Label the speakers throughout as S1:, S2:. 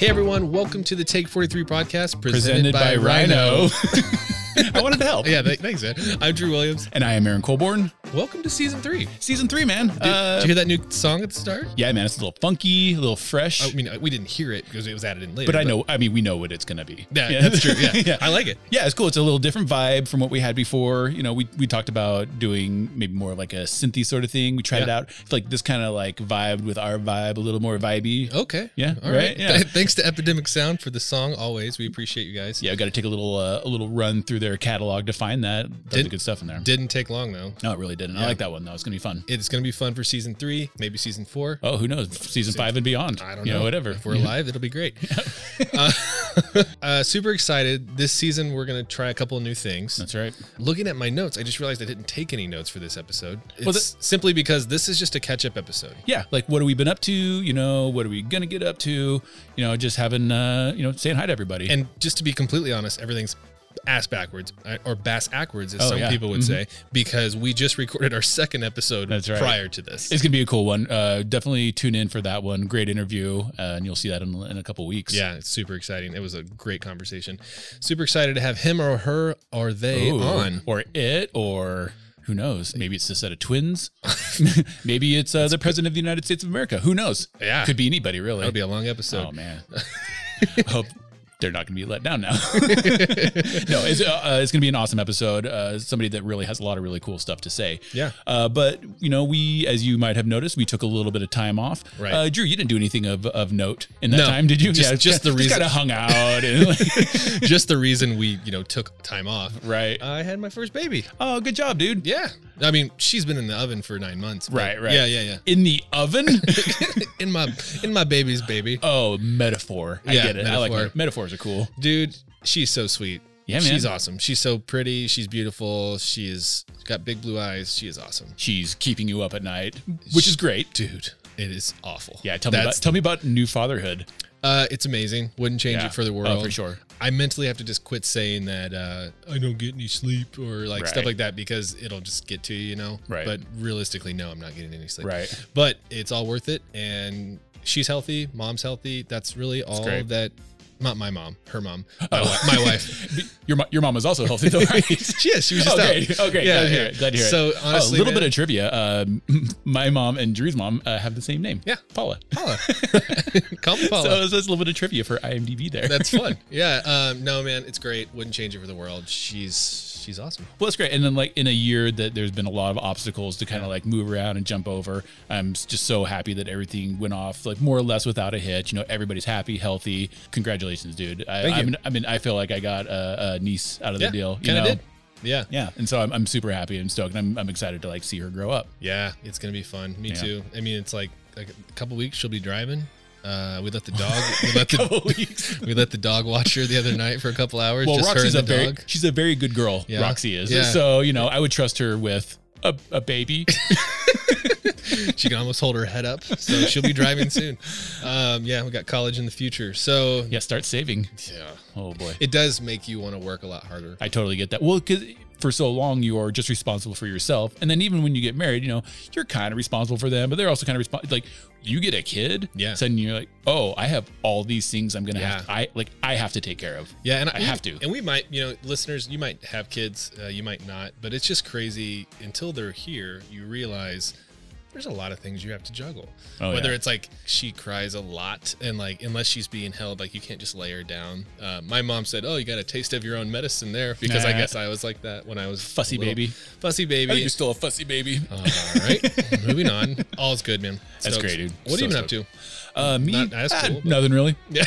S1: Hey everyone, welcome to the Take 43 podcast presented,
S2: presented by, Rhino. I wanted to help.
S1: yeah, th- thanks, man. I'm Drew Williams.
S2: And I am Aaron Colborn.
S1: Welcome to season three. Did,
S2: Season three, man.
S1: did
S2: Uh,
S1: you hear that new song at the start?
S2: yeah, man. It's a little funky, a little fresh,
S1: I mean, uh, we didn't hear it because it was added in later.
S2: but I know. I mean, we know what it's gonna be.
S1: Yeah, that's true. Yeah. I like it.
S2: Yeah, it's cool. It's a little different vibe from what we had before. You know, we, we talked about doing maybe more like a synthy sort of thing. We tried it
S1: Yeah.
S2: out. It's like this kind of like vibed with our vibe, a little more vibey.
S1: Okay.
S2: Yeah,
S1: All right.
S2: right, yeah.
S1: Th- Thanks to Epidemic Sound for the song. Always, we appreciate you guys.
S2: Yeah, I got to take a little uh, a little run through their catalog to find that. Tons
S1: Did-
S2: of good stuff in there.
S1: Didn't take long though.
S2: no, it really didn't. I like that one though. It's gonna be fun.
S1: It's gonna be fun for season three, maybe season four.
S2: Oh, who knows? Season five and beyond.
S1: I don't
S2: You
S1: know.
S2: Whatever.
S1: If we're alive, it'll be great. uh, uh, super excited. This season, we're gonna try a couple of new things.
S2: That's right.
S1: Looking at my notes, I just realized I didn't take any notes for this episode. It's
S2: Well,
S1: simply because this is just a catch-up episode.
S2: yeah like what have we been up to you know what are we gonna get up to you know just having uh you know saying hi to everybody
S1: And just to be completely honest, everything's ass backwards uh, or bass backwards, as
S2: Oh,
S1: some
S2: yeah.
S1: people would say, because we just recorded our second episode
S2: That's right.
S1: prior to this.
S2: it's gonna be a cool one uh definitely tune in for that one great interview uh, and you'll see that in, in a couple weeks
S1: yeah, it's super exciting. It was a great conversation. Super excited to have him or her or they
S2: Ooh,
S1: on.
S2: or it or who knows maybe it's the set of twins maybe it's uh, the president of the united states of america who knows
S1: Yeah.
S2: could be anybody really
S1: That'll be a long episode.
S2: oh man I hope they're not going to be let down now. no, it's, uh, uh, it's going to be an awesome episode. Uh, somebody that really has a lot of really cool stuff to say.
S1: Yeah.
S2: Uh, but you know, we, as you might have noticed, we took a little bit of time off.
S1: Right.
S2: Uh, Drew, you didn't do anything of, of note in that
S1: No,
S2: time, did you?
S1: just- just the reason-
S2: kind of hung out and like,
S1: just the reason we, you know, took time off.
S2: right.
S1: I had my first baby.
S2: oh, good job, dude.
S1: Uh, Yeah. I mean, she's been in the oven for nine months. but-
S2: Right, right.
S1: Yeah, yeah, yeah.
S2: In the oven.
S1: in my in my baby's baby.
S2: oh, metaphor. I
S1: Yeah,
S2: get it. I like
S1: metaphor.
S2: meta- metaphors are cool.
S1: Dude, she's so sweet.
S2: Yeah, man.
S1: She's awesome. She's so pretty. She's beautiful. She is she's got big blue eyes. She is awesome.
S2: She's keeping you up at night, which is great.
S1: Dude, it is awful.
S2: Yeah. Tell me about,
S1: That's-
S2: tell me about new fatherhood.
S1: uh, it's amazing. Wouldn't change
S2: Yeah.
S1: it for the
S2: Oh,
S1: world.
S2: for sure.
S1: I mentally have to just quit saying that uh, I don't get any sleep or like stuff
S2: Right.
S1: like that because it'll just get to you, you know.
S2: Right.
S1: But realistically, no, I'm not getting any sleep.
S2: Right.
S1: But it's all worth it, and she's healthy. Mom's healthy. That's really all
S2: great.
S1: that. Not my mom, her mom, my, wi- my wife.
S2: But your mo- your mom is also healthy though, right?
S1: She is. She was just
S2: okay,
S1: out. Yeah,
S2: okay, glad to
S1: yeah.
S2: hear it. Glad to hear it.
S1: So,
S2: Oh,
S1: honestly,
S2: a
S1: man-
S2: little bit of trivia. Um, my mom and Drew's mom uh, have the same name.
S1: Yeah.
S2: Paula.
S1: Paula. Call me Paula.
S2: So that's that's a little bit of trivia for IMDb there.
S1: That's fun. Yeah. Um, no, man, it's great. Wouldn't change it for the world. She's she's awesome.
S2: well, that's great. And then like in a year that there's been a lot of obstacles to kind of like move around and jump over. I'm s- just so happy that everything went off like more or less without a hitch. You know, everybody's happy, healthy. Congratulations, dude. I,
S1: Thank
S2: I
S1: you.
S2: mean, I mean, I feel like I got a, a niece out of
S1: Yeah,
S2: the deal. You
S1: Kind
S2: know.
S1: of did. Yeah.
S2: Yeah, and so I'm, I'm super happy and stoked, and I'm, I'm excited to like see her grow up.
S1: Yeah, it's gonna be fun. Me
S2: Yeah.
S1: too. I mean, it's like, like a couple weeks she'll be driving. Uh, we let the dog. We let the,
S2: Couple weeks.
S1: we let the dog watch her the other night for a couple hours.
S2: Well,
S1: just
S2: Roxy's
S1: her
S2: a
S1: and the
S2: very
S1: dog.
S2: she's a very good girl.
S1: Yeah.
S2: Roxy is.
S1: Yeah.
S2: So you know, I would trust her with a, a baby.
S1: She can almost hold her head up, so she'll be driving soon. Um, yeah, we got college in the future, so
S2: yeah, start saving.
S1: yeah,
S2: Oh boy,
S1: it does make you want to work a lot harder.
S2: I totally get that. Well, because for so long you are just responsible for yourself, and then even when you get married, you know, you're kind of responsible for them, but they're also kind of responsible. Like you get a kid,
S1: Yeah.
S2: Suddenly you're like, oh, I have all these things I'm gonna have.
S1: Yeah.
S2: To, I like I have to take care of.
S1: Yeah, and
S2: I have to.
S1: And we might, you know, listeners, you might have kids, uh, you might not, but it's just crazy until they're here. You realize there's a lot of things you have to juggle.
S2: Oh,
S1: Whether
S2: yeah.
S1: it's like she cries a lot, and like unless she's being held, like you can't just lay her down. Uh, my mom said, "Oh, you got a taste of your own medicine there," because I
S2: Nah.
S1: guess I was like that when I was
S2: Fussy
S1: a little-
S2: baby.
S1: fussy baby. Uh,
S2: still a fussy baby.
S1: All right, moving on. All's good, man.
S2: That's
S1: Stoked.
S2: great, dude.
S1: What
S2: So
S1: are you been up to?
S2: Uh, me,
S1: Not as
S2: Ah,
S1: cool, but-
S2: nothing really.
S1: Yeah.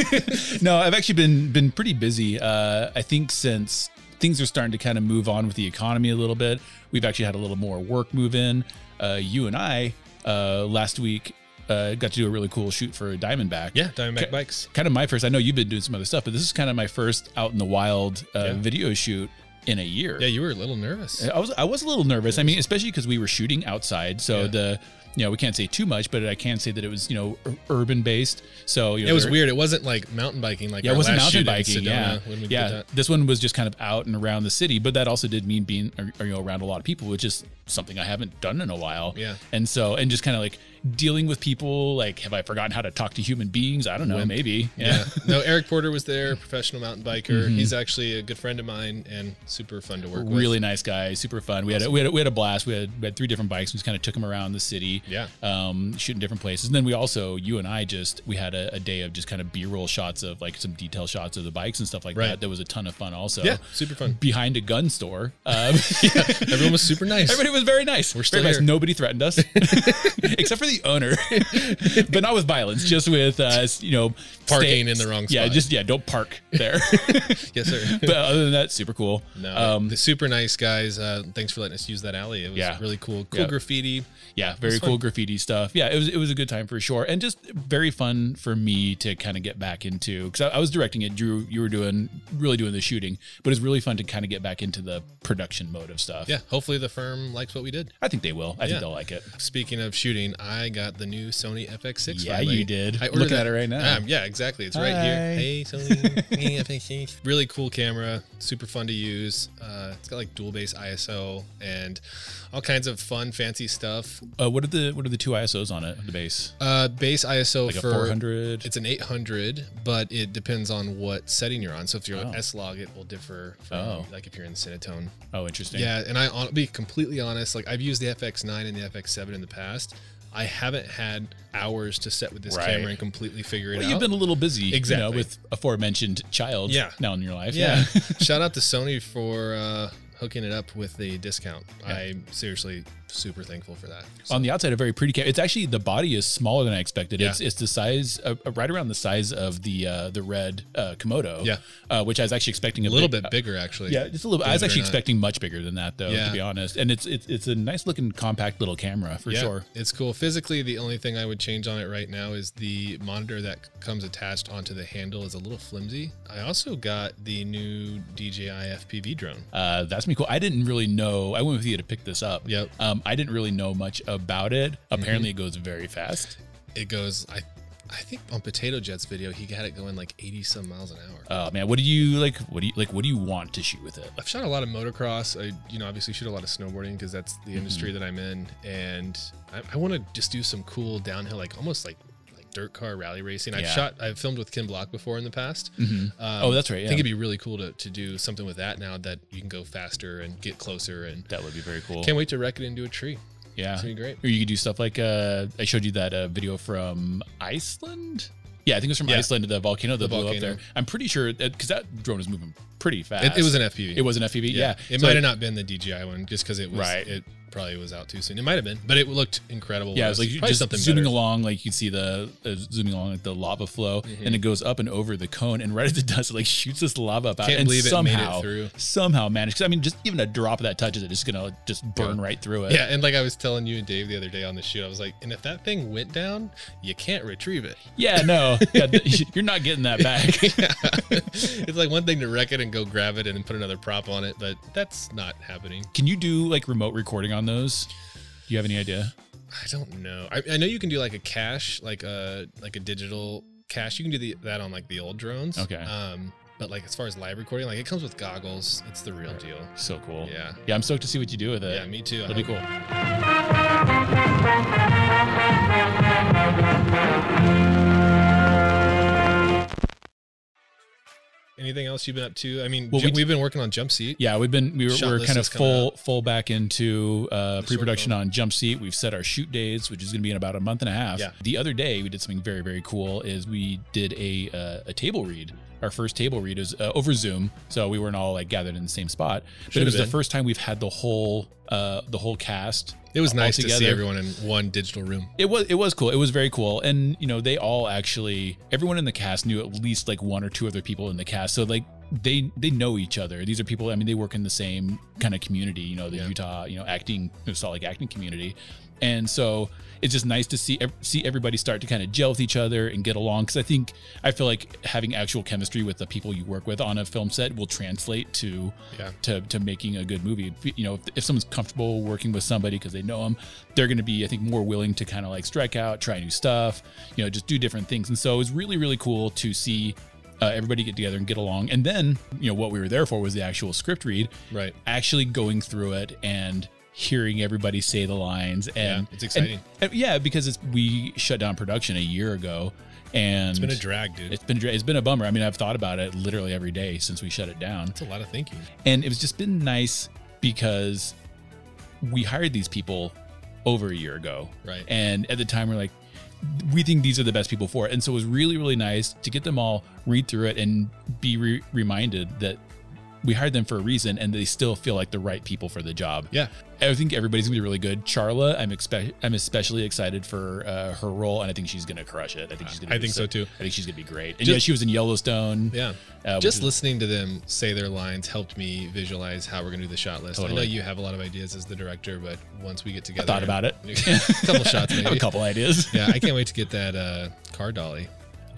S2: no, I've actually been been pretty busy. Uh, I think since things are starting to kind of move on with the economy a little bit, we've actually had a little more work move in. Uh, you and I uh, last week uh, got to do a really cool shoot for Diamondback.
S1: Yeah, Diamondback
S2: Ca-
S1: bikes.
S2: Kind of my first. I know you've been doing some other stuff, but this is kind of my first out in the wild uh,
S1: Yeah.
S2: video shoot in a year.
S1: Yeah, you were a little nervous.
S2: I was I was a little nervous. I mean, especially because we were shooting outside, so
S1: Yeah.
S2: the you know, we can't say too much, but I can say that it was, you know, ur- urban based. So, you know,
S1: It was
S2: there-
S1: weird. It wasn't like mountain biking, like
S2: Yeah,
S1: our
S2: it wasn't
S1: last
S2: mountain
S1: shoot in
S2: biking. Yeah,
S1: Sedona when we did
S2: yeah.
S1: that.
S2: This one was just kind of out and around the city, but that also did mean being, or, or, you know, around a lot of people, which is something I haven't done in a while.
S1: Yeah.
S2: and so and just kind of like dealing with people. Like, have I forgotten how to talk to human beings? I don't know. Maybe.
S1: Yeah. no, Eric Porter was there, professional mountain biker.
S2: Mm-hmm.
S1: He's actually a good friend of mine and super fun to work with.
S2: really nice guy, super fun. We had a, we had a, we had a blast. We had, we had three different bikes. We just kind of took them around the city,
S1: Yeah.
S2: um, shooting different places. And then we also, you and I, just we had a, a day of just kind of B roll shots of like some detail shots of the bikes and stuff like
S1: Right.
S2: that. That was a ton of fun. Also,
S1: Yeah, super fun.
S2: behind a gun store. Um,
S1: Everyone was super nice.
S2: Everybody was very nice. We're
S1: still
S2: very
S1: here.
S2: nice. Nobody threatened us, except for the owner, but not with violence. Just with uh, s- you know
S1: Parking in the wrong
S2: Yeah,
S1: spot.
S2: just yeah, don't park there.
S1: yes, sir.
S2: but other than that, super cool.
S1: No,
S2: Um,
S1: the super nice guys. Uh, thanks for letting us use that alley. It was
S2: Yeah.
S1: really cool. Cool
S2: Yeah.
S1: graffiti.
S2: yeah, very
S1: was
S2: cool graffiti stuff. Yeah, it was it was a good time for sure, and just very fun for me to kind of get back into because I, I was directing it. Drew, you were doing really doing the shooting, but it's really fun to kind of get back into the production mode of stuff.
S1: Yeah, hopefully the firm likes what we did.
S2: I think they will. I
S1: Yeah.
S2: think they'll like it.
S1: Speaking of shooting, I got the new Sony FX6.
S2: Yeah,
S1: finally.
S2: you did.
S1: I ordered
S2: Looking
S1: that-
S2: at it right now.
S1: Um, yeah, exactly. It's right
S2: Hi.
S1: here. Hey, Sony FX6. Really cool camera. Super fun to use. Uh, it's got like dual base ISO and all kinds of fun, fancy stuff.
S2: Uh, what are the what are the two ISOs on it? The base.
S1: Uh, base ISO
S2: like
S1: for
S2: a 400
S1: It's an 800, but it depends on what setting you're on. So if you're
S2: Oh.
S1: S log, it will differ from
S2: Oh.
S1: like if you're in Cinetone.
S2: oh interesting
S1: Yeah, and I will be completely honest. Like I've used the FX9 and the FX7 in the past. I haven't had hours to set with this
S2: Right.
S1: camera and completely figure it
S2: well,
S1: out.
S2: you've been a little busy exactly
S1: Exactly.
S2: with aforementioned child
S1: Yeah.
S2: now in your life
S1: yeah. Shout out to Sony for uh, hooking it up with the discount. I'm seriously super thankful for that. So,
S2: on the outside a very pretty camera it's actually the body is smaller than i expected
S1: Yeah.
S2: it's it's the size uh, uh, right around the size of the uh the red uh komodo
S1: Yeah.
S2: uh, which i was actually expecting a,
S1: a little
S2: big-
S1: bit bigger actually.
S2: yeah just a little i
S1: believe
S2: was
S1: it or
S2: actually
S1: not.
S2: expecting much bigger than that though
S1: Yeah.
S2: to be honest and it's it's, it's a nice looking compact little camera for
S1: Yeah,
S2: sure
S1: It's cool. Physically, the only thing I would change on it right now is the monitor that c- comes attached onto the handle is a little flimsy. I also got the new DJI FPV drone.
S2: Uh, that's me cool. I didn't really know. I went with you to pick this up.
S1: Yep. Mm-hmm.
S2: Um, I didn't really know much about it. Apparently, it goes very fast.
S1: It goes, I, I think on Potato Jet's video, he had it going like 80 some miles an hour.
S2: Oh man, what do you like? What do you like? What do you want to shoot with it?
S1: I've shot a lot of motocross. I, you know, obviously shoot a lot of snowboarding because that's the
S2: Mm-hmm.
S1: industry that I'm in, and I, I want to just do some cool downhill, like almost like like dirt car rally racing. I've
S2: Yeah.
S1: shot, I've filmed with Ken Block before in the past. Um,
S2: Oh, that's right,
S1: I think
S2: yeah.
S1: it'd be really cool to to do something with that now that you can go faster and get closer, and
S2: That would be very cool.
S1: can't wait to wreck it into a tree.
S2: yeah,
S1: It's gonna be great.
S2: Or you could do stuff like uh, I showed you that uh, video from Iceland. Yeah, I think it was from
S1: Yeah.
S2: Iceland. The volcano that
S1: The
S2: blew
S1: volcano.
S2: up there. I'm pretty sure because that drone is moving pretty fast.
S1: It, it was an FPV.
S2: It was an FPV. Yeah,
S1: It
S2: So,
S1: might
S2: like,
S1: have not been the DJI one just because it was.
S2: Right.
S1: It probably was out too soon. It might have been, but it looked incredible.
S2: Yeah, it's like
S1: probably
S2: just
S1: something
S2: zooming
S1: better.
S2: along, like you can see the uh, zooming along like the lava flow,
S1: Mm-hmm.
S2: and it goes up and over the cone, and right as it does, it like shoots this lava up out,
S1: Can't
S2: and
S1: believe it made it
S2: somehow
S1: through.
S2: somehow managed. Because I mean, just even a drop that touches it, it's gonna just burn right through it.
S1: Yeah, and like I was telling you and Dave the other day on the shoot, I was like, and if that thing went down, you can't retrieve it.
S2: Yeah, no, yeah, th- you're not getting that back.
S1: it's like one thing to wreck it and go grab it and then put another prop on it, but that's not happening.
S2: Can you do like remote recording on those? Do you have any idea?
S1: I don't know. I, I know you can do like a cache, like a like a digital cache. You can do the, that on like the old drones.
S2: Okay.
S1: Um, but like as far as live recording, like it comes with goggles. It's the real deal.
S2: So cool.
S1: Yeah.
S2: yeah, I'm stoked to see what you do with it.
S1: Yeah, me too. I
S2: That'll be
S1: hope-
S2: cool.
S1: Anything else you've been up to? I mean,
S2: Well,
S1: ju-
S2: we-
S1: we've been working on jump seat.
S2: Yeah, we've been we were,
S1: Shot
S2: we're
S1: list
S2: kind of
S1: is coming
S2: full full back into uh,
S1: short
S2: pre-production
S1: film.
S2: on Jump Seat. We've set our shoot days, which is going to be in about a month and a half.
S1: Yeah.
S2: The other day, we did something very very cool. Is we did a uh, a table read. Our first table read is uh, over Zoom, so we weren't all like gathered in the same spot. but
S1: Should
S2: it was
S1: have
S2: the
S1: been.
S2: first time we've had the whole uh, the whole cast.
S1: It was
S2: all
S1: nice to see
S2: together.
S1: everyone in one digital room.
S2: It was it was cool. It was very cool, and you know they all actually everyone in the cast knew at least like one or two other people in the cast. So like they they know each other. These are people. I mean, they work in the same kind of community. You know, the
S1: Yeah.
S2: Utah, you know, acting Salt Lake acting community, and so it's just nice to see ev- see everybody start to kind of gel with each other and get along. Because I think I feel like having actual chemistry with the people you work with on a film set will translate to
S1: Yeah.
S2: to, to making a good movie. If, You know, if, if someone's comfortable working with somebody because they know them, they're going to be, I think, more willing to kind of like strike out, try new stuff, you know, just do different things. And so it was really, really cool to see uh, everybody get together and get along. And then, you know, what we were there for was the actual script read,
S1: Right.
S2: actually going through it and hearing everybody say the lines.
S1: Yeah.
S2: And
S1: It's exciting.
S2: and- yeah, because it's we shut down production a year ago. And
S1: it's been a drag, dude.
S2: it's been a dra- it's been a bummer. I mean, I've thought about it literally every day since we shut it down
S1: It's a lot of thinking.
S2: and it's just been nice because we hired these people over a year ago
S1: Right.
S2: and at the time we're like we think these are the best people for it and so it was really really nice to get them all read through it and be re- reminded that we hired them for a reason and they still feel like the right people for the job
S1: yeah.
S2: i think everybody's gonna be really good charla i'm expect i'm especially excited for uh, her role and i think she's gonna crush it i think she's gonna
S1: I
S2: be
S1: think so too.
S2: i think she's gonna be great and
S1: Just-
S2: yeah she was in yellowstone
S1: Yeah.
S2: uh, which
S1: Just
S2: is-
S1: listening to them say their lines helped me visualize how we're gonna do the shot list. I
S2: Totally.
S1: know you have a lot of ideas as the director, but once we get together,
S2: thought about it
S1: a couple shots,
S2: I
S1: maybe.
S2: have a couple ideas
S1: Yeah, I can't wait to get that uh, car dolly.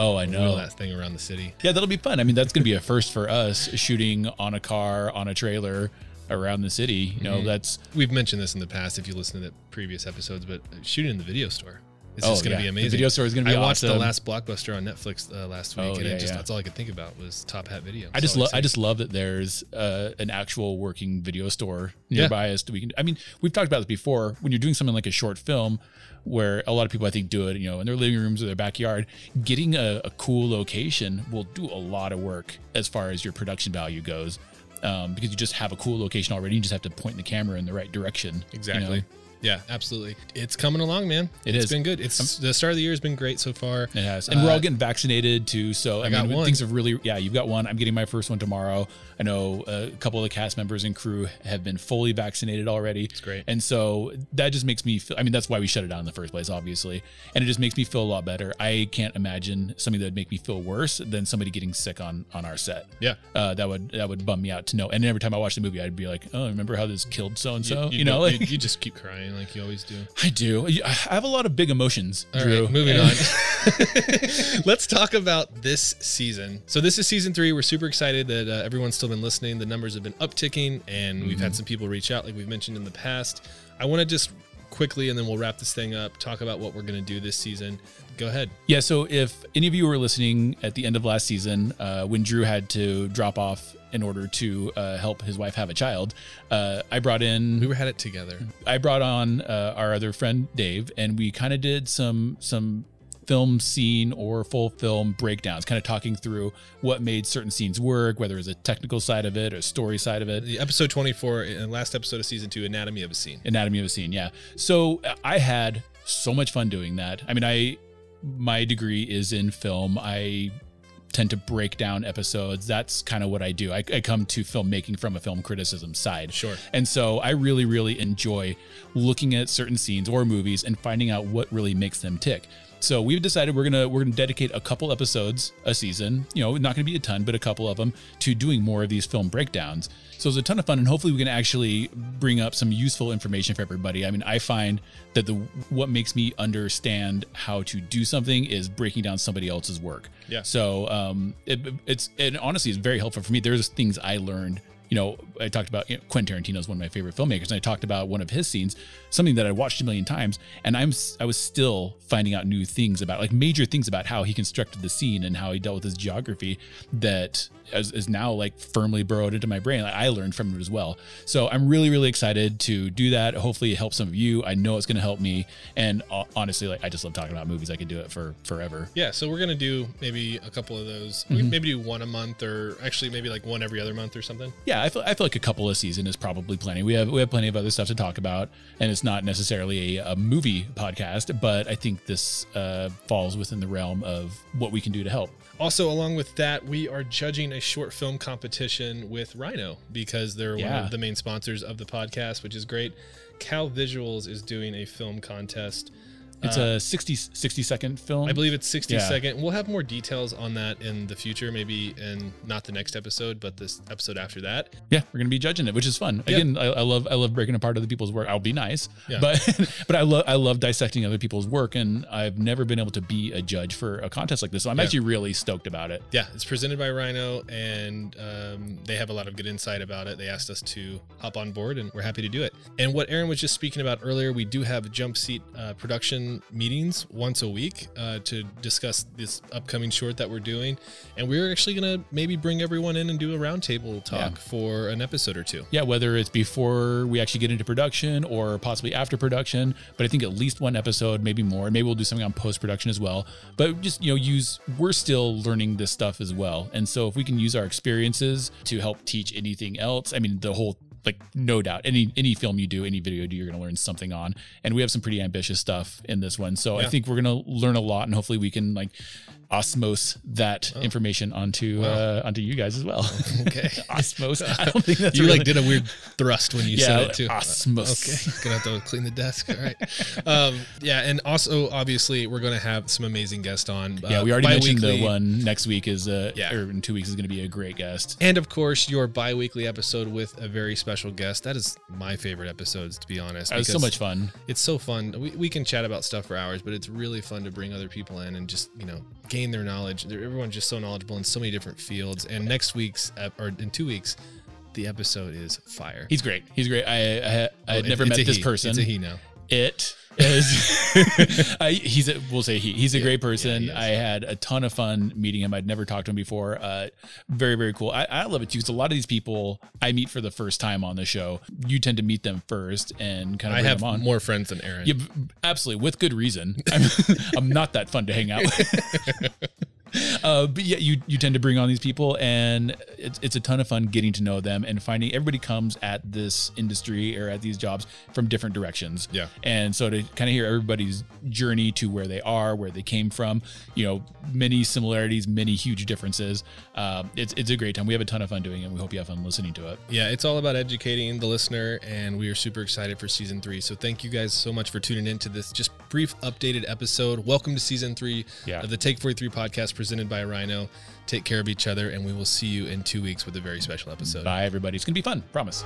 S2: oh i
S1: Wheel
S2: know
S1: that thing around the city.
S2: Yeah, that'll be fun. I mean, that's going to be a first for us shooting on a car, on a trailer around the city. You know,
S1: Mhm.
S2: that's
S1: We've mentioned this in the past if you listen to the previous episodes, but shooting in the video store is
S2: oh,
S1: just going to
S2: yeah.
S1: be
S2: The
S1: amazing.
S2: video store is going to be
S1: I watched
S2: awesome.
S1: the last blockbuster on Netflix uh, last week,
S2: Oh,
S1: and
S2: yeah,
S1: it just,
S2: yeah.
S1: that's all I could think about was Top Hat Video.
S2: I just
S1: So
S2: love. I just love that there's uh, an actual working video store nearby. As to we can. I mean, we've talked about this before. When you're doing something like a short film, where a lot of people I think do it, you know, in their living rooms or their backyard, getting a, a cool location will do a lot of work as far as your production value goes, um, because you just have a cool location already. You just have to point the camera in the right direction. you know?
S1: Exactly. Yeah, absolutely. It's coming along, man.
S2: It
S1: has
S2: is. Um,
S1: been good. It's the start of the year has been great so far.
S2: It has. And we're
S1: Uh,
S2: all getting vaccinated too. So I,
S1: got
S2: mean,
S1: one.
S2: things have really, yeah, you've got one. I'm getting my first one tomorrow. I know uh, a couple of the cast members and crew have been fully vaccinated already. It's
S1: great.
S2: And so that just makes me feel, I mean, that's why we shut it down in the first place, obviously. And it just makes me feel a lot better. I can't imagine something that would make me feel worse than somebody getting sick on, on our set.
S1: Yeah.
S2: Uh, that would, that would bum me out to know. And every time I watch the movie, I'd be like, oh, remember how this killed so-and-so, you, know,
S1: don't-
S2: like,
S1: you, you just keep crying like you always do.
S2: I do. I have a lot of big emotions.
S1: All right,
S2: Drew.
S1: moving on. Let's talk about this season. So this is season three. We're super excited that uh, everyone's still been listening. The numbers have been upticking, and we've had some people reach out, like we've mentioned in the past. I want to just quickly, and then we'll wrap this thing up. Talk about what we're going to do this season. Go ahead.
S2: Yeah, so if any of you were listening at the end of last season, uh, when Drew had to drop off in order to uh, help his wife have a child, uh, I brought in
S1: We were had it together.
S2: I brought on uh, our other friend Dave, and we kind of did some some film scene or full film breakdowns, kind of talking through what made certain scenes work, whether it was a technical side of it or story side of it.
S1: The episode twenty-four and last episode of season two, Anatomy of a Scene.
S2: Anatomy of a Scene. Yeah. So uh, I had so much fun doing that. I mean, I my degree is in film. I tend to break down episodes. That's kind of what I do. I, I come to filmmaking from a film criticism side.
S1: Sure.
S2: And so I really, really enjoy looking at certain scenes or movies and finding out what really makes them tick. So we've decided we're gonna we're gonna dedicate a couple episodes a season, you know, not gonna be a ton, but a couple of them to doing more of these film breakdowns. So it's a ton of fun, and hopefully we can actually bring up some useful information for everybody. I mean, I find that the what makes me understand how to do something is breaking down somebody else's work.
S1: Yeah.
S2: So um, it, it's and honestly, it's very helpful for me. There's things I learned. You know, I talked about you know, Quentin Tarantino is one of my favorite filmmakers, and I talked about one of his scenes, something that I watched a million times, and I'm s- I was still finding out new things about, like major things about how he constructed the scene and how he dealt with his geography that is, is now like firmly burrowed into my brain. Like I learned from it as well. So I'm really really excited to do that. Hopefully it helps some of you. I know it's going to help me, and ho- honestly, like I just love talking about movies. I could do it for forever.
S1: Yeah, so we're gonna do maybe a couple of those. We Maybe do one a month, or actually maybe like one every other month or something.
S2: Yeah, I feel, I feel like a couple of season is probably plenty. We have we have plenty of other stuff to talk about, and it's not necessarily a, a movie podcast, but I think this uh, falls within the realm of what we can do to help.
S1: Also, along with that, we are judging a short film competition with Rhino because they're one
S2: Yeah.
S1: of the main sponsors of the podcast, which is great. Cal Visuals is doing a film contest.
S2: It's a 60, 60 second film.
S1: Uh, I believe it's 60
S2: Yeah.
S1: second. We'll have more details on that in the future, maybe in not the next episode, but this episode after that.
S2: Yeah, we're gonna be judging it, which is fun.
S1: Yeah.
S2: Again, I, I love I love breaking apart other people's work. I'll be nice,
S1: Yeah.
S2: but but I love I love dissecting other people's work, and I've never been able to be a judge for a contest like this, so I'm
S1: Yeah.
S2: actually really stoked about it.
S1: Yeah, it's presented by Rhino, and um, they have a lot of good insight about it. They asked us to hop on board, and we're happy to do it. And what Aaron was just speaking about earlier, we do have jump seat uh, production meetings once a week uh, to discuss this upcoming short that we're doing. And we're actually going to maybe bring everyone in and do a roundtable talk for an episode or two.
S2: Yeah, whether it's before we actually get into production or possibly after production, but I think at least one episode, maybe more. Maybe we'll do something on post production as well. But just, you know, use, we're still learning this stuff as well. And so if we can use our experiences to help teach anything else, I mean, the whole, like, no doubt, any any film you do, any video you do, you're going to learn something on. And we have some pretty ambitious stuff in this one. So I
S1: Yeah.
S2: think we're going to learn a lot and hopefully we can, like, osmose that information onto uh, onto you guys as well.
S1: Okay.
S2: osmose. I don't think that's
S1: you
S2: really-
S1: like did a weird thrust when you
S2: Yeah,
S1: said it too. uh,
S2: osmos.
S1: Okay, gonna have to clean the desk. All right. Um, yeah, and also obviously we're gonna have some amazing guests on. uh,
S2: Yeah, we already mentioned the
S1: bi-weekly.
S2: one next week is uh
S1: Yeah.
S2: or in two weeks is going to be a great guest.
S1: And of course, your bi-weekly episode with a very special guest. That is my favorite episodes, to be honest.
S2: That was so
S1: because
S2: much fun.
S1: It's so fun. We, we can chat about stuff for hours, but it's really fun to bring other people in and just you know gain their knowledge. They're, everyone's just so knowledgeable in so many different fields. And next week's ep- or in two weeks, the episode is fire.
S2: He's great. He's great. I I, I
S1: Oh,
S2: had
S1: it-
S2: never
S1: it's
S2: met
S1: a
S2: this
S1: he.
S2: person.
S1: It's a he now.
S2: It is. I, he's a, we'll say he. He's a great person.
S1: he is.
S2: I had a ton of fun meeting him. I'd never talked to him before. Uh, very very cool. I, I love it too because a lot of these people I meet for the first time on the show. You tend to meet them first and kind of
S1: I
S2: bring
S1: have
S2: them on.
S1: more friends than Aaron.
S2: Yeah, b- absolutely, with good reason. I'm, I'm not that fun to hang out with. Uh, but yeah, you you tend to bring on these people, and it's it's a ton of fun getting to know them and finding everybody comes at this industry or at these jobs from different directions.
S1: Yeah.
S2: and so to kind of hear everybody's journey to where they are, where they came from, you know, many similarities, many huge differences. Um, it's it's a great time. We have a ton of fun doing it. and We hope you have fun listening to it.
S1: Yeah, it's all about educating the listener, and we are super excited for season three. So thank you guys so much for tuning in to this just brief updated episode. Welcome to season three
S2: Yeah.
S1: of the Take 43 podcast presented by Rhino. Take care of each other, and we will see you in two weeks with a very special episode.
S2: Bye, everybody. It's gonna be fun. Promise.